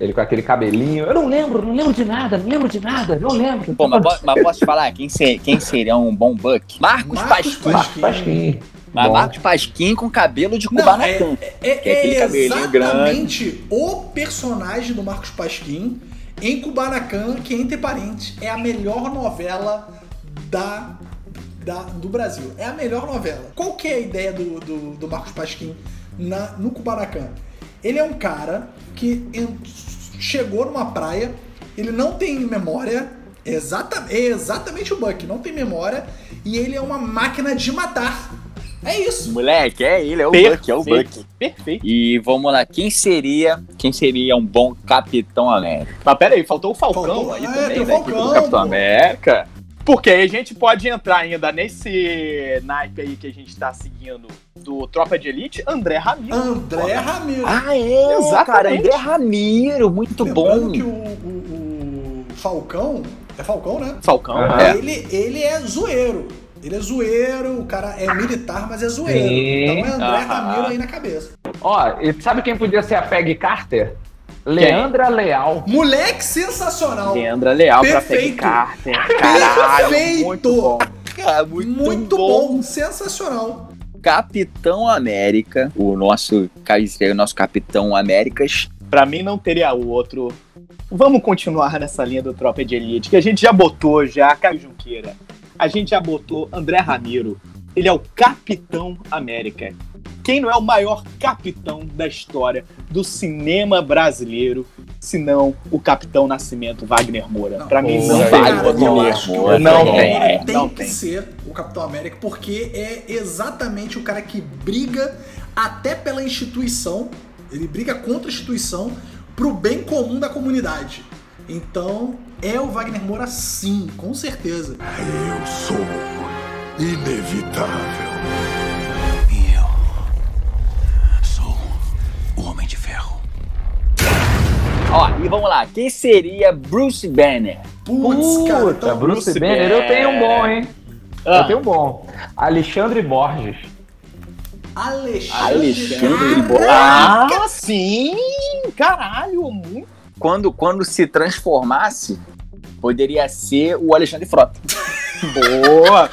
[SPEAKER 2] Ele com aquele cabelinho. Eu não lembro, não lembro de nada, não lembro de nada, não lembro.
[SPEAKER 1] Pô, mas, po- mas posso te falar quem, se- quem seria um bom Buck? Marcos,
[SPEAKER 3] Marcos
[SPEAKER 1] Pasquim.
[SPEAKER 3] Pasquim.
[SPEAKER 2] Pasquim.
[SPEAKER 1] Mas
[SPEAKER 2] Bom.
[SPEAKER 1] Marcos Pasquim com cabelo de
[SPEAKER 3] Não, é,
[SPEAKER 1] Kubanacan.
[SPEAKER 3] é,
[SPEAKER 1] Que é aquele
[SPEAKER 3] é
[SPEAKER 1] cabelinho
[SPEAKER 3] exatamente o personagem do Marcos Pasquim em Kubanacan, que entre parentes é a melhor novela da, da- do Brasil. É a melhor novela. Qual que é a ideia do, do, do Marcos Pasquim na, no Kubanacan? Ele é um cara que en- chegou numa praia, ele não tem memória, exata, é exatamente o Buck, não tem memória, e ele é uma máquina de matar. É isso.
[SPEAKER 1] Moleque, é ele, é o Buck, é o Buck.
[SPEAKER 6] Perfeito.
[SPEAKER 1] E vamos lá, quem seria, quem seria um bom Capitão América?
[SPEAKER 6] Mas pera aí, faltou o Falcão
[SPEAKER 3] Faltou-
[SPEAKER 6] aí
[SPEAKER 3] é,
[SPEAKER 6] também,
[SPEAKER 3] tem o
[SPEAKER 6] né?
[SPEAKER 3] Falcão,
[SPEAKER 6] Do Capitão
[SPEAKER 3] pô.
[SPEAKER 6] América. Porque aí a gente pode entrar ainda nesse naipe aí que a gente tá seguindo do Tropa de Elite, André Ramiro.
[SPEAKER 3] André Ramiro.
[SPEAKER 1] Ah, é,
[SPEAKER 6] Exatamente.
[SPEAKER 1] cara, André Ramiro, muito
[SPEAKER 3] Lembrando
[SPEAKER 1] bom.
[SPEAKER 3] que o, o- o Falcão. É Falcão, né?
[SPEAKER 6] Falcão.
[SPEAKER 2] Aham.
[SPEAKER 1] É.
[SPEAKER 3] Ele, ele é zoeiro. Ele é zoeiro, o cara é militar, mas é zoeiro.
[SPEAKER 2] Sim.
[SPEAKER 3] Então é André
[SPEAKER 6] Ah.
[SPEAKER 3] Ramiro aí na cabeça.
[SPEAKER 2] Ó, e sabe quem podia ser a Peg Carter? Leandra Leal.
[SPEAKER 3] Moleque sensacional.
[SPEAKER 6] Leandra Leal
[SPEAKER 3] Perfeito.
[SPEAKER 6] pra Peggy Carter. Caralho,
[SPEAKER 3] Perfeito.
[SPEAKER 6] muito bom. é
[SPEAKER 1] Cara,
[SPEAKER 3] Muito, bom. sensacional.
[SPEAKER 1] Capitão América, o nosso, cara, seria o nosso Capitão Américas.
[SPEAKER 6] Pra mim não teria outro. Vamos continuar nessa linha do Tropa de Elite, que a gente já botou já Caio Junqueira. A gente já botou André Ramiro. Ele é o Capitão América. quem não é o maior capitão da história do cinema brasileiro, senão o Capitão Nascimento Wagner Moura?
[SPEAKER 3] Não.
[SPEAKER 6] Pra mim,
[SPEAKER 1] Pô, cara,
[SPEAKER 6] não vale.
[SPEAKER 1] eu
[SPEAKER 6] outro
[SPEAKER 1] não
[SPEAKER 6] nome.
[SPEAKER 1] acho. Boa,
[SPEAKER 6] Não
[SPEAKER 1] tá
[SPEAKER 6] tem.
[SPEAKER 1] bom.
[SPEAKER 6] é,
[SPEAKER 3] tem
[SPEAKER 6] não
[SPEAKER 3] que
[SPEAKER 6] tem.
[SPEAKER 3] ser o Capitão América, porque é exatamente o cara que briga até pela instituição, ele briga contra a instituição pro bem comum da comunidade. Então, é o Wagner Moura sim, com certeza.
[SPEAKER 5] Eu sou inevitável.
[SPEAKER 4] E eu sou o Homem de Ferro.
[SPEAKER 1] Ó, e vamos lá. Quem seria Bruce Banner?
[SPEAKER 3] Putz, cara, então,
[SPEAKER 2] Bruce,
[SPEAKER 6] Bruce
[SPEAKER 2] Banner, eu tenho um bom, hein?
[SPEAKER 6] Ah.
[SPEAKER 2] Eu tenho um bom. Alexandre Borges.
[SPEAKER 3] Alexandre,
[SPEAKER 1] Alexandre de Borges.
[SPEAKER 6] Ah, sim! Caralho, muito.
[SPEAKER 1] Quando, quando se transformasse, poderia ser o Alexandre Frota.
[SPEAKER 6] Boa!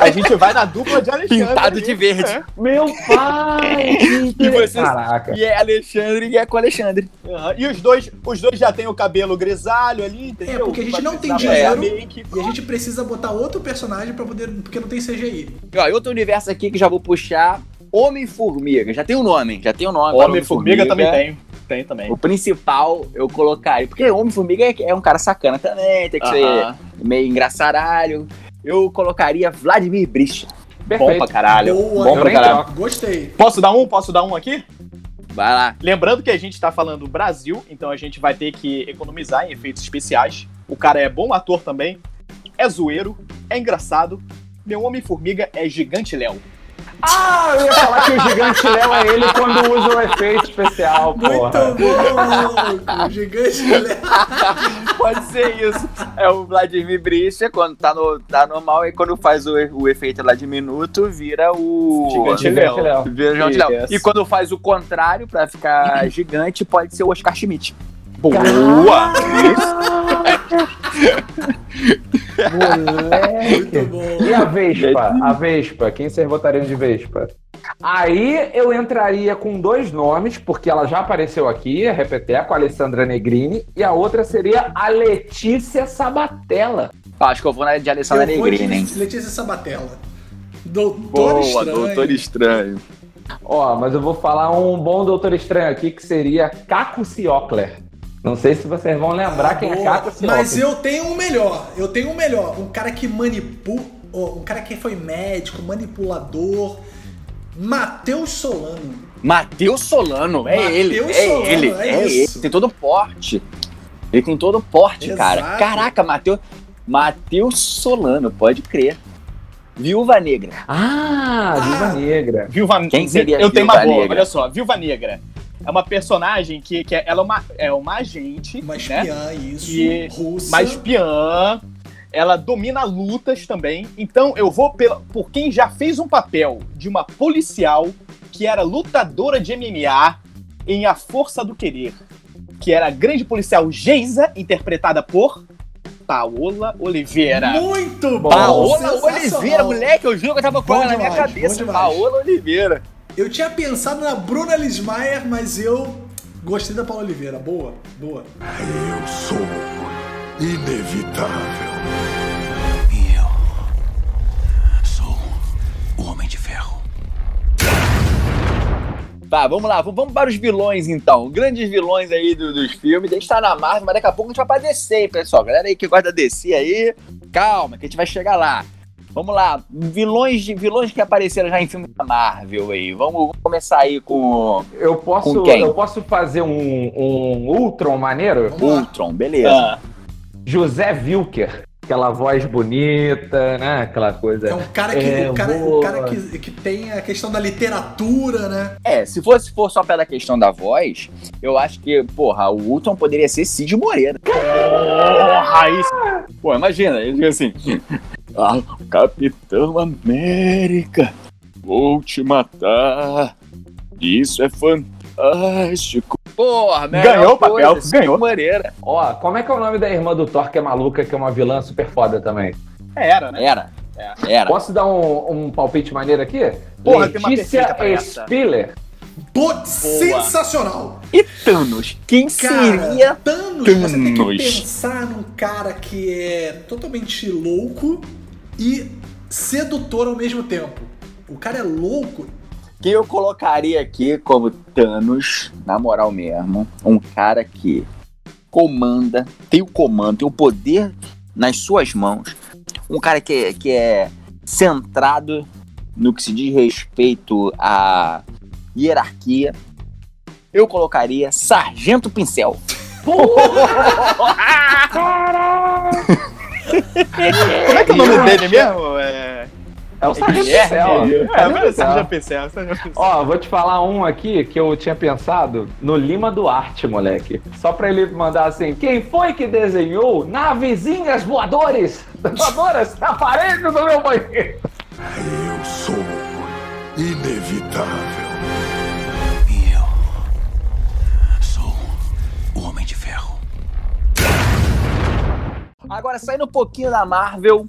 [SPEAKER 6] A gente vai na dupla de Alexandre.
[SPEAKER 1] Pintado
[SPEAKER 6] ali.
[SPEAKER 1] de verde.
[SPEAKER 6] É.
[SPEAKER 2] Meu pai!
[SPEAKER 1] E vocês-
[SPEAKER 2] Caraca.
[SPEAKER 1] E é Alexandre e é com Alexandre.
[SPEAKER 6] Aham. E os dois, os dois já têm o cabelo grisalho ali, entendeu?
[SPEAKER 3] É, porque a gente
[SPEAKER 6] Vai
[SPEAKER 3] não tem
[SPEAKER 6] precisar
[SPEAKER 3] dinheiro.
[SPEAKER 6] fazer make.
[SPEAKER 3] E a gente precisa botar outro personagem para poder, porque não tem CGI.
[SPEAKER 1] E, ó, e outro universo aqui que já vou puxar. Homem-Formiga. Já tem um nome, já tem um nome. para
[SPEAKER 6] Homem-Formiga também
[SPEAKER 1] é.
[SPEAKER 6] tem. Tem também.
[SPEAKER 1] O principal eu colocaria. Porque Homem-Formiga é- é um cara sacana também, tem que
[SPEAKER 6] Aham.
[SPEAKER 1] ser meio engraçaralho. Eu colocaria Vladimir Brista. Bom pra
[SPEAKER 2] Perfeito.
[SPEAKER 1] caralho.
[SPEAKER 3] Boa,
[SPEAKER 1] Bom
[SPEAKER 2] eu
[SPEAKER 1] pra
[SPEAKER 2] nem
[SPEAKER 1] caralho.
[SPEAKER 2] troco.
[SPEAKER 3] Gostei.
[SPEAKER 6] Posso dar um? Posso dar um aqui?
[SPEAKER 1] Vai lá.
[SPEAKER 6] Lembrando que a gente tá falando Brasil, então a gente vai ter que economizar em efeitos especiais. O cara é bom ator também, é zoeiro, é engraçado. Meu Homem-Formiga é Gigante Léo.
[SPEAKER 2] Ah, eu ia falar que o gigante Léo é ele quando usa o efeito especial,
[SPEAKER 3] Muito
[SPEAKER 2] porra.
[SPEAKER 3] bom! Gigante Léo.
[SPEAKER 1] Pode ser isso. É o Vladimir Brista, quando tá, no, tá normal, e quando faz o, o efeito lá de minuto, vira o.
[SPEAKER 6] Gigante
[SPEAKER 2] Gigante Léo.
[SPEAKER 1] Vira o João de Léo.
[SPEAKER 6] Yes.
[SPEAKER 1] E quando faz o contrário pra ficar gigante, pode ser o Oscar Schmidt.
[SPEAKER 6] Boa!
[SPEAKER 3] Muito
[SPEAKER 2] Moleque.
[SPEAKER 3] bom.
[SPEAKER 2] E a Vespa? A Vespa, quem vocês votariam de Vespa? Aí eu entraria com dois nomes, porque ela já apareceu aqui, a Repeteco, a Alessandra Negrini, e a outra seria a Letícia Sabatella.
[SPEAKER 1] Pá, acho que eu vou na de Alessandra
[SPEAKER 3] Eu vou de
[SPEAKER 1] Negrini, hein?
[SPEAKER 3] Letícia Sabatella. Doutor Estranho.
[SPEAKER 1] Estranho.
[SPEAKER 2] Ó, mas eu vou falar um bom doutor estranho aqui, que seria Caco Ciocler. Não sei se vocês vão lembrar quem é
[SPEAKER 3] Boa.
[SPEAKER 2] Caco Ciocler.
[SPEAKER 3] Mas eu tenho um melhor. Eu tenho um melhor. Um cara que manipula. um cara que foi médico, manipulador. Matheus Solano.
[SPEAKER 1] Matheus Solano, é
[SPEAKER 3] Matheus
[SPEAKER 1] ele. É
[SPEAKER 3] Solano,
[SPEAKER 1] ele,
[SPEAKER 3] é
[SPEAKER 1] é, ele.
[SPEAKER 3] isso.
[SPEAKER 1] Tem todo o porte. Ele tem todo o porte,
[SPEAKER 3] Exato.
[SPEAKER 1] cara. Caraca, Matheus. Matheus Solano, pode crer. Viúva Negra.
[SPEAKER 2] Ah, Viva
[SPEAKER 3] Ah.
[SPEAKER 2] Negra.
[SPEAKER 6] Viúva
[SPEAKER 1] Quem seria
[SPEAKER 6] Eu tenho uma
[SPEAKER 1] Viúva
[SPEAKER 6] boa,
[SPEAKER 1] Negra?
[SPEAKER 6] olha só. Viúva Negra é uma personagem que, que é- ela é uma, é uma agente,
[SPEAKER 3] Uma
[SPEAKER 6] né?
[SPEAKER 3] espiã, isso.
[SPEAKER 6] E-
[SPEAKER 3] Russa.
[SPEAKER 6] uma espiã. Ela domina lutas também. Então eu vou pela, por quem já fez um papel de uma policial que era lutadora de MMA em A Força do Querer. Que era a grande policial Geisa, interpretada por Paola Oliveira.
[SPEAKER 3] Muito bom.
[SPEAKER 1] Paola
[SPEAKER 3] sensacional.
[SPEAKER 1] Oliveira, moleque, eu juro que eu tava com
[SPEAKER 3] Bom
[SPEAKER 1] ela na minha
[SPEAKER 3] demais, bom
[SPEAKER 1] cabeça.
[SPEAKER 3] demais.
[SPEAKER 1] Paola Oliveira.
[SPEAKER 3] Eu tinha pensado na Bruna Lismayer, mas eu gostei da Paola Oliveira. Boa, boa.
[SPEAKER 5] Eu sou inevitável.
[SPEAKER 4] E eu sou o Homem de Ferro.
[SPEAKER 1] Tá, vamos lá, v- vamos para os vilões então. Grandes vilões aí do- dos filmes. A gente tá na Marvel, mas daqui a pouco a gente vai pra DC, hein, pessoal. Galera aí que gosta da DC aí, calma, que a gente vai chegar lá. Vamos lá, vilões, de, vilões que apareceram já em filmes da Marvel aí. Vamos, vamos começar aí com
[SPEAKER 2] Eu posso,
[SPEAKER 1] Com quem?
[SPEAKER 2] eu posso fazer um, um Ultron maneiro?
[SPEAKER 3] Vamos lá.
[SPEAKER 1] Ultron, beleza.
[SPEAKER 6] Ah,
[SPEAKER 2] José Wilker. Aquela voz bonita, né? Aquela coisa.
[SPEAKER 3] É um cara que,
[SPEAKER 2] É,
[SPEAKER 3] um cara, um
[SPEAKER 2] boa.
[SPEAKER 3] cara que, que tem a questão da literatura, né?
[SPEAKER 1] É, se fosse for só pela questão da voz, eu acho que, porra, o Ultron poderia ser Cid Moreira.
[SPEAKER 6] porra, isso.
[SPEAKER 1] Pô, imagina, ele diz assim: ah, Capitão América, vou te matar. Isso é fantástico. Porra, melhor
[SPEAKER 6] Ganhou o papel,
[SPEAKER 1] coisa, é Cid
[SPEAKER 6] ganhou.
[SPEAKER 1] Moreira.
[SPEAKER 2] Ó, como é que é o nome da irmã do Thor, que é maluca, que é uma vilã super foda também?
[SPEAKER 6] Era, né?
[SPEAKER 1] Era, era.
[SPEAKER 2] Posso dar um, um palpite maneiro aqui?
[SPEAKER 6] Porra, tem uma
[SPEAKER 2] Letícia
[SPEAKER 6] perfeita pra essa.
[SPEAKER 2] Spiller.
[SPEAKER 3] Pô, sensacional!
[SPEAKER 1] E Thanos, quem
[SPEAKER 3] Cara,
[SPEAKER 1] seria?
[SPEAKER 3] Thanos, você tem que
[SPEAKER 1] Thanos.
[SPEAKER 3] pensar num cara que é totalmente louco e sedutor ao mesmo tempo. O cara é louco
[SPEAKER 1] que eu colocaria aqui como Thanos, na moral mesmo, um cara que comanda, tem o comando, tem o poder nas suas mãos, um cara que, é- que é centrado no que se diz respeito à hierarquia. Eu colocaria Sargento Pincel.
[SPEAKER 6] Como é que é o nome dele mesmo? É,
[SPEAKER 2] É o Sargento
[SPEAKER 1] Guilherme,
[SPEAKER 2] Pincel.
[SPEAKER 6] é,
[SPEAKER 2] É o
[SPEAKER 6] mas você já
[SPEAKER 2] Pincel.
[SPEAKER 6] pensei, você já pensei.
[SPEAKER 2] Ó, vou te falar um aqui que eu tinha pensado no Lima Duarte, moleque. Só pra ele mandar assim: quem foi que desenhou navezinhas voadores? Tá Voadoras na parede do meu banheiro?
[SPEAKER 5] Eu sou inevitável.
[SPEAKER 4] E eu sou o Homem de Ferro.
[SPEAKER 1] Agora, saindo um pouquinho da Marvel,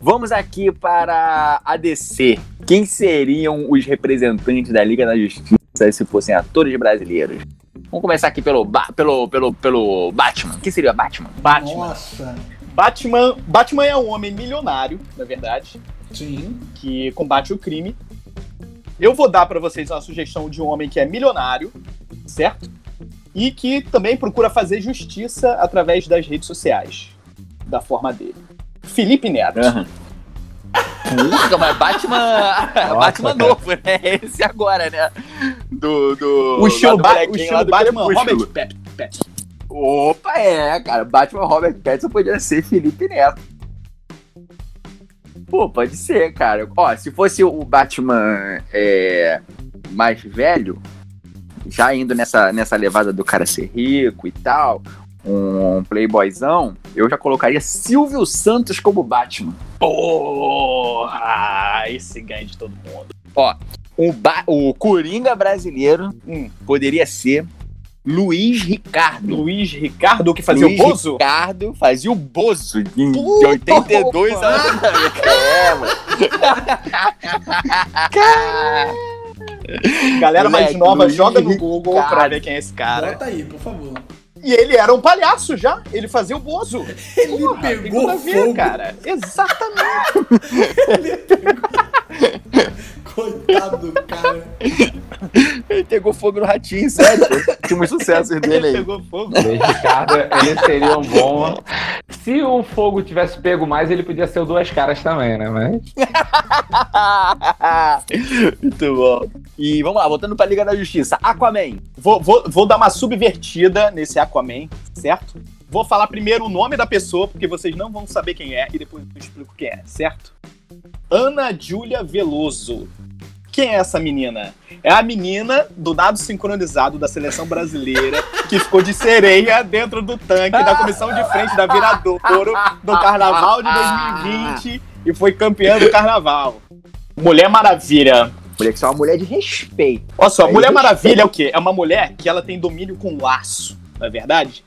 [SPEAKER 1] vamos aqui para a DC. Quem seriam os representantes da Liga da Justiça se fossem atores brasileiros? Vamos começar aqui pelo, Ba- pelo, pelo, pelo Batman. Quem seria Batman?
[SPEAKER 6] Batman.
[SPEAKER 3] Nossa.
[SPEAKER 6] Batman. Batman é um homem milionário, na verdade,
[SPEAKER 3] Sim.
[SPEAKER 6] que combate o crime. Eu vou dar pra vocês uma sugestão de um homem que é milionário, certo? E que também procura fazer justiça através das redes sociais, da forma dele. Felipe Neto.
[SPEAKER 1] Puta, mas Batman. Batman
[SPEAKER 2] cara.
[SPEAKER 1] novo, né? Esse agora, né? Do. do
[SPEAKER 6] O
[SPEAKER 1] lá
[SPEAKER 6] estilo,
[SPEAKER 1] do
[SPEAKER 6] Ba-
[SPEAKER 1] molequinho
[SPEAKER 6] o
[SPEAKER 1] lá
[SPEAKER 6] estilo
[SPEAKER 1] do
[SPEAKER 6] Batman,
[SPEAKER 1] Crepúsculo.
[SPEAKER 6] Robert Pep. Pep.
[SPEAKER 1] Opa, é, cara. Batman Robert Pattinson podia ser Felipe Neto. Pô, pode ser, cara. Ó, se fosse o Batman é, mais velho, já indo nessa, nessa levada do cara ser rico e tal, um playboyzão, eu já colocaria Silvio Santos como Batman.
[SPEAKER 6] Porra! Esse ganha de todo mundo.
[SPEAKER 1] O, Um ba o Coringa brasileiro
[SPEAKER 6] Hum.
[SPEAKER 1] poderia ser Luiz Ricardo.
[SPEAKER 6] Luiz Ricardo, que fazia
[SPEAKER 1] Luiz
[SPEAKER 6] o Bozo?
[SPEAKER 1] Ricardo fazia o Bozo de, de
[SPEAKER 6] Puta
[SPEAKER 1] 82 a É, mano.
[SPEAKER 6] Galera mais
[SPEAKER 1] Moleque,
[SPEAKER 6] nova,
[SPEAKER 1] Luiz
[SPEAKER 6] joga no
[SPEAKER 1] Ricardo.
[SPEAKER 6] Google pra ver quem é esse cara.
[SPEAKER 3] Bota aí, por favor.
[SPEAKER 6] E ele era um palhaço já, ele fazia o Bozo.
[SPEAKER 3] Ele
[SPEAKER 6] Porra, tem
[SPEAKER 3] pegou
[SPEAKER 6] tudo a ver,
[SPEAKER 3] fogo.
[SPEAKER 6] cara. Exatamente.
[SPEAKER 3] Coitado do cara.
[SPEAKER 1] Ele pegou fogo no ratinho, sério. Tinha muitos sucessos dele
[SPEAKER 6] Ele
[SPEAKER 1] aí.
[SPEAKER 6] pegou fogo.
[SPEAKER 2] Luiz Ricardo, ele seria um bom. Se o fogo tivesse pego mais, ele podia ser o duas caras também, né? Mas.
[SPEAKER 1] Muito bom. E vamos lá, voltando pra Liga da Justiça. Aquaman.
[SPEAKER 6] Vou, vou- vou dar uma subvertida nesse Aquaman, certo? Vou falar primeiro o nome da pessoa, porque vocês não vão saber quem é, e depois eu explico quem é, certo? Ana Júlia Veloso. Quem é essa menina? É a menina do dado sincronizado da seleção brasileira que ficou de sereia dentro do tanque da comissão de frente da Viradouro do Carnaval de 2020 e foi campeã do Carnaval. Mulher Maravilha.
[SPEAKER 1] Mulher que é uma mulher de respeito.
[SPEAKER 6] Olha só,
[SPEAKER 1] Aí
[SPEAKER 6] Mulher
[SPEAKER 1] eu-
[SPEAKER 6] Maravilha é o quê? É uma mulher que ela tem domínio com laço, não é verdade?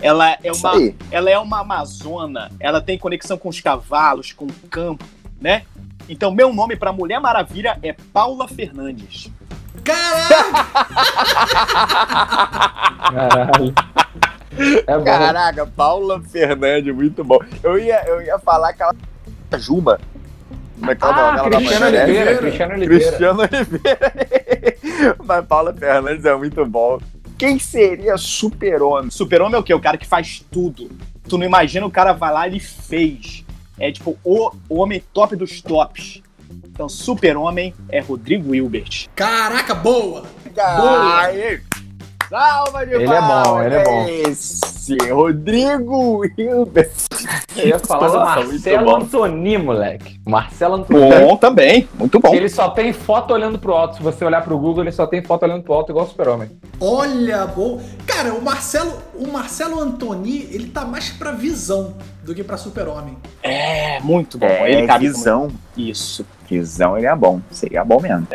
[SPEAKER 6] Ela é
[SPEAKER 1] Isso
[SPEAKER 6] uma,
[SPEAKER 1] aí.
[SPEAKER 6] ela é uma amazona, ela tem conexão com os cavalos, com o campo, né? Então, meu nome pra Mulher Maravilha é Paula Fernandes.
[SPEAKER 3] Caraca!
[SPEAKER 2] Caralho. É bom.
[SPEAKER 1] Caraca, Paula Fernandes, muito bom. Eu ia, eu ia falar aquela. Juma. Como é que é o nome
[SPEAKER 2] Ah,
[SPEAKER 1] dela da
[SPEAKER 2] Cristiano
[SPEAKER 1] Manchete?
[SPEAKER 2] Oliveira, Cristiano Oliveira.
[SPEAKER 1] Cristiano Oliveira. Mas Paula Fernandes é muito bom. Quem seria super-homem?
[SPEAKER 6] Super-homem é o quê? O cara que faz tudo. Tu não imagina, o cara vai lá e fez. É tipo o homem top dos tops. Então, super-homem é Rodrigo Hilbert.
[SPEAKER 3] Caraca, boa!
[SPEAKER 1] Boa. Salva de
[SPEAKER 2] Ele é
[SPEAKER 1] palmas.
[SPEAKER 2] bom, ele é bom.
[SPEAKER 1] Esse Rodrigo Hilbert.
[SPEAKER 2] Eu ia falar do
[SPEAKER 1] Nossa, muito
[SPEAKER 2] Marcelo
[SPEAKER 1] bom.
[SPEAKER 2] Antoni, moleque. Marcelo Antoni.
[SPEAKER 6] Bom também, muito bom.
[SPEAKER 2] Ele só tem foto olhando pro alto. Se você olhar pro Google, ele só tem foto olhando pro alto, igual o Super-Homem.
[SPEAKER 3] Olha, boa. Cara, o Marcelo, o Marcelo Antoni, ele tá mais pra visão do que pra super-homem.
[SPEAKER 6] É, muito bom.
[SPEAKER 1] É,
[SPEAKER 6] ele
[SPEAKER 1] ele
[SPEAKER 6] cabe
[SPEAKER 1] visão.
[SPEAKER 6] muito. Isso.
[SPEAKER 1] Visão, ele é bom. Seria bom mesmo.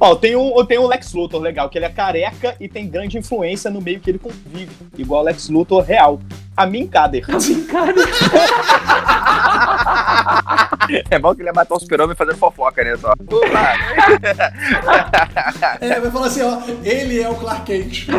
[SPEAKER 6] Ó, tem um, tem um Lex Luthor legal, que ele é careca e tem grande influência no meio que ele convive. Igual o Lex Luthor real. A Min Kader.
[SPEAKER 1] É bom que ele ia matar o super-homem fazendo fofoca, né? Só.
[SPEAKER 3] É, vai falar assim, ó, ele é o Clark Kent.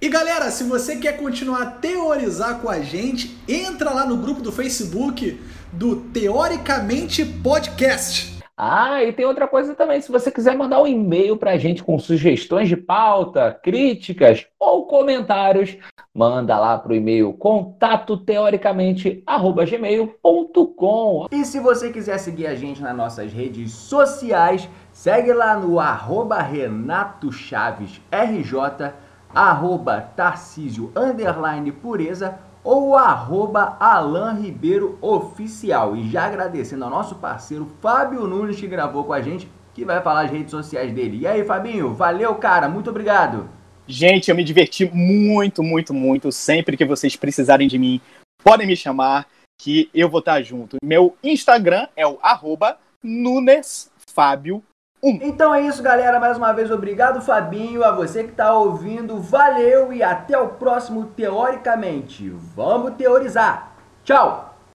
[SPEAKER 3] E galera, se você quer continuar a teorizar com a gente, entra lá no grupo do Facebook do Teoricamente Podcast.
[SPEAKER 2] Ah, e tem outra coisa também. Se você quiser mandar um e-mail pra gente com sugestões de pauta, críticas ou comentários, manda lá pro e-mail contato teoricamente gmail.com.
[SPEAKER 1] E se você quiser seguir a gente nas nossas redes sociais, segue lá no arroba Renato Chaves RJ, arroba Tarcísio underline Pureza ou arroba Alan Ribeiro Oficial. E já agradecendo ao nosso parceiro Fábio Nunes que gravou com a gente, que vai falar as redes sociais dele. E aí, Fabinho, valeu, cara, muito obrigado.
[SPEAKER 6] Gente, eu me diverti muito, muito, muito. Sempre que vocês precisarem de mim, podem me chamar, que eu vou estar junto. Meu Instagram é o arroba NunesFábio.
[SPEAKER 1] Então é isso, galera. Mais uma vez, obrigado, Fabinho. A você que tá ouvindo, valeu e até o próximo Teoricamente. Vamos teorizar. Tchau!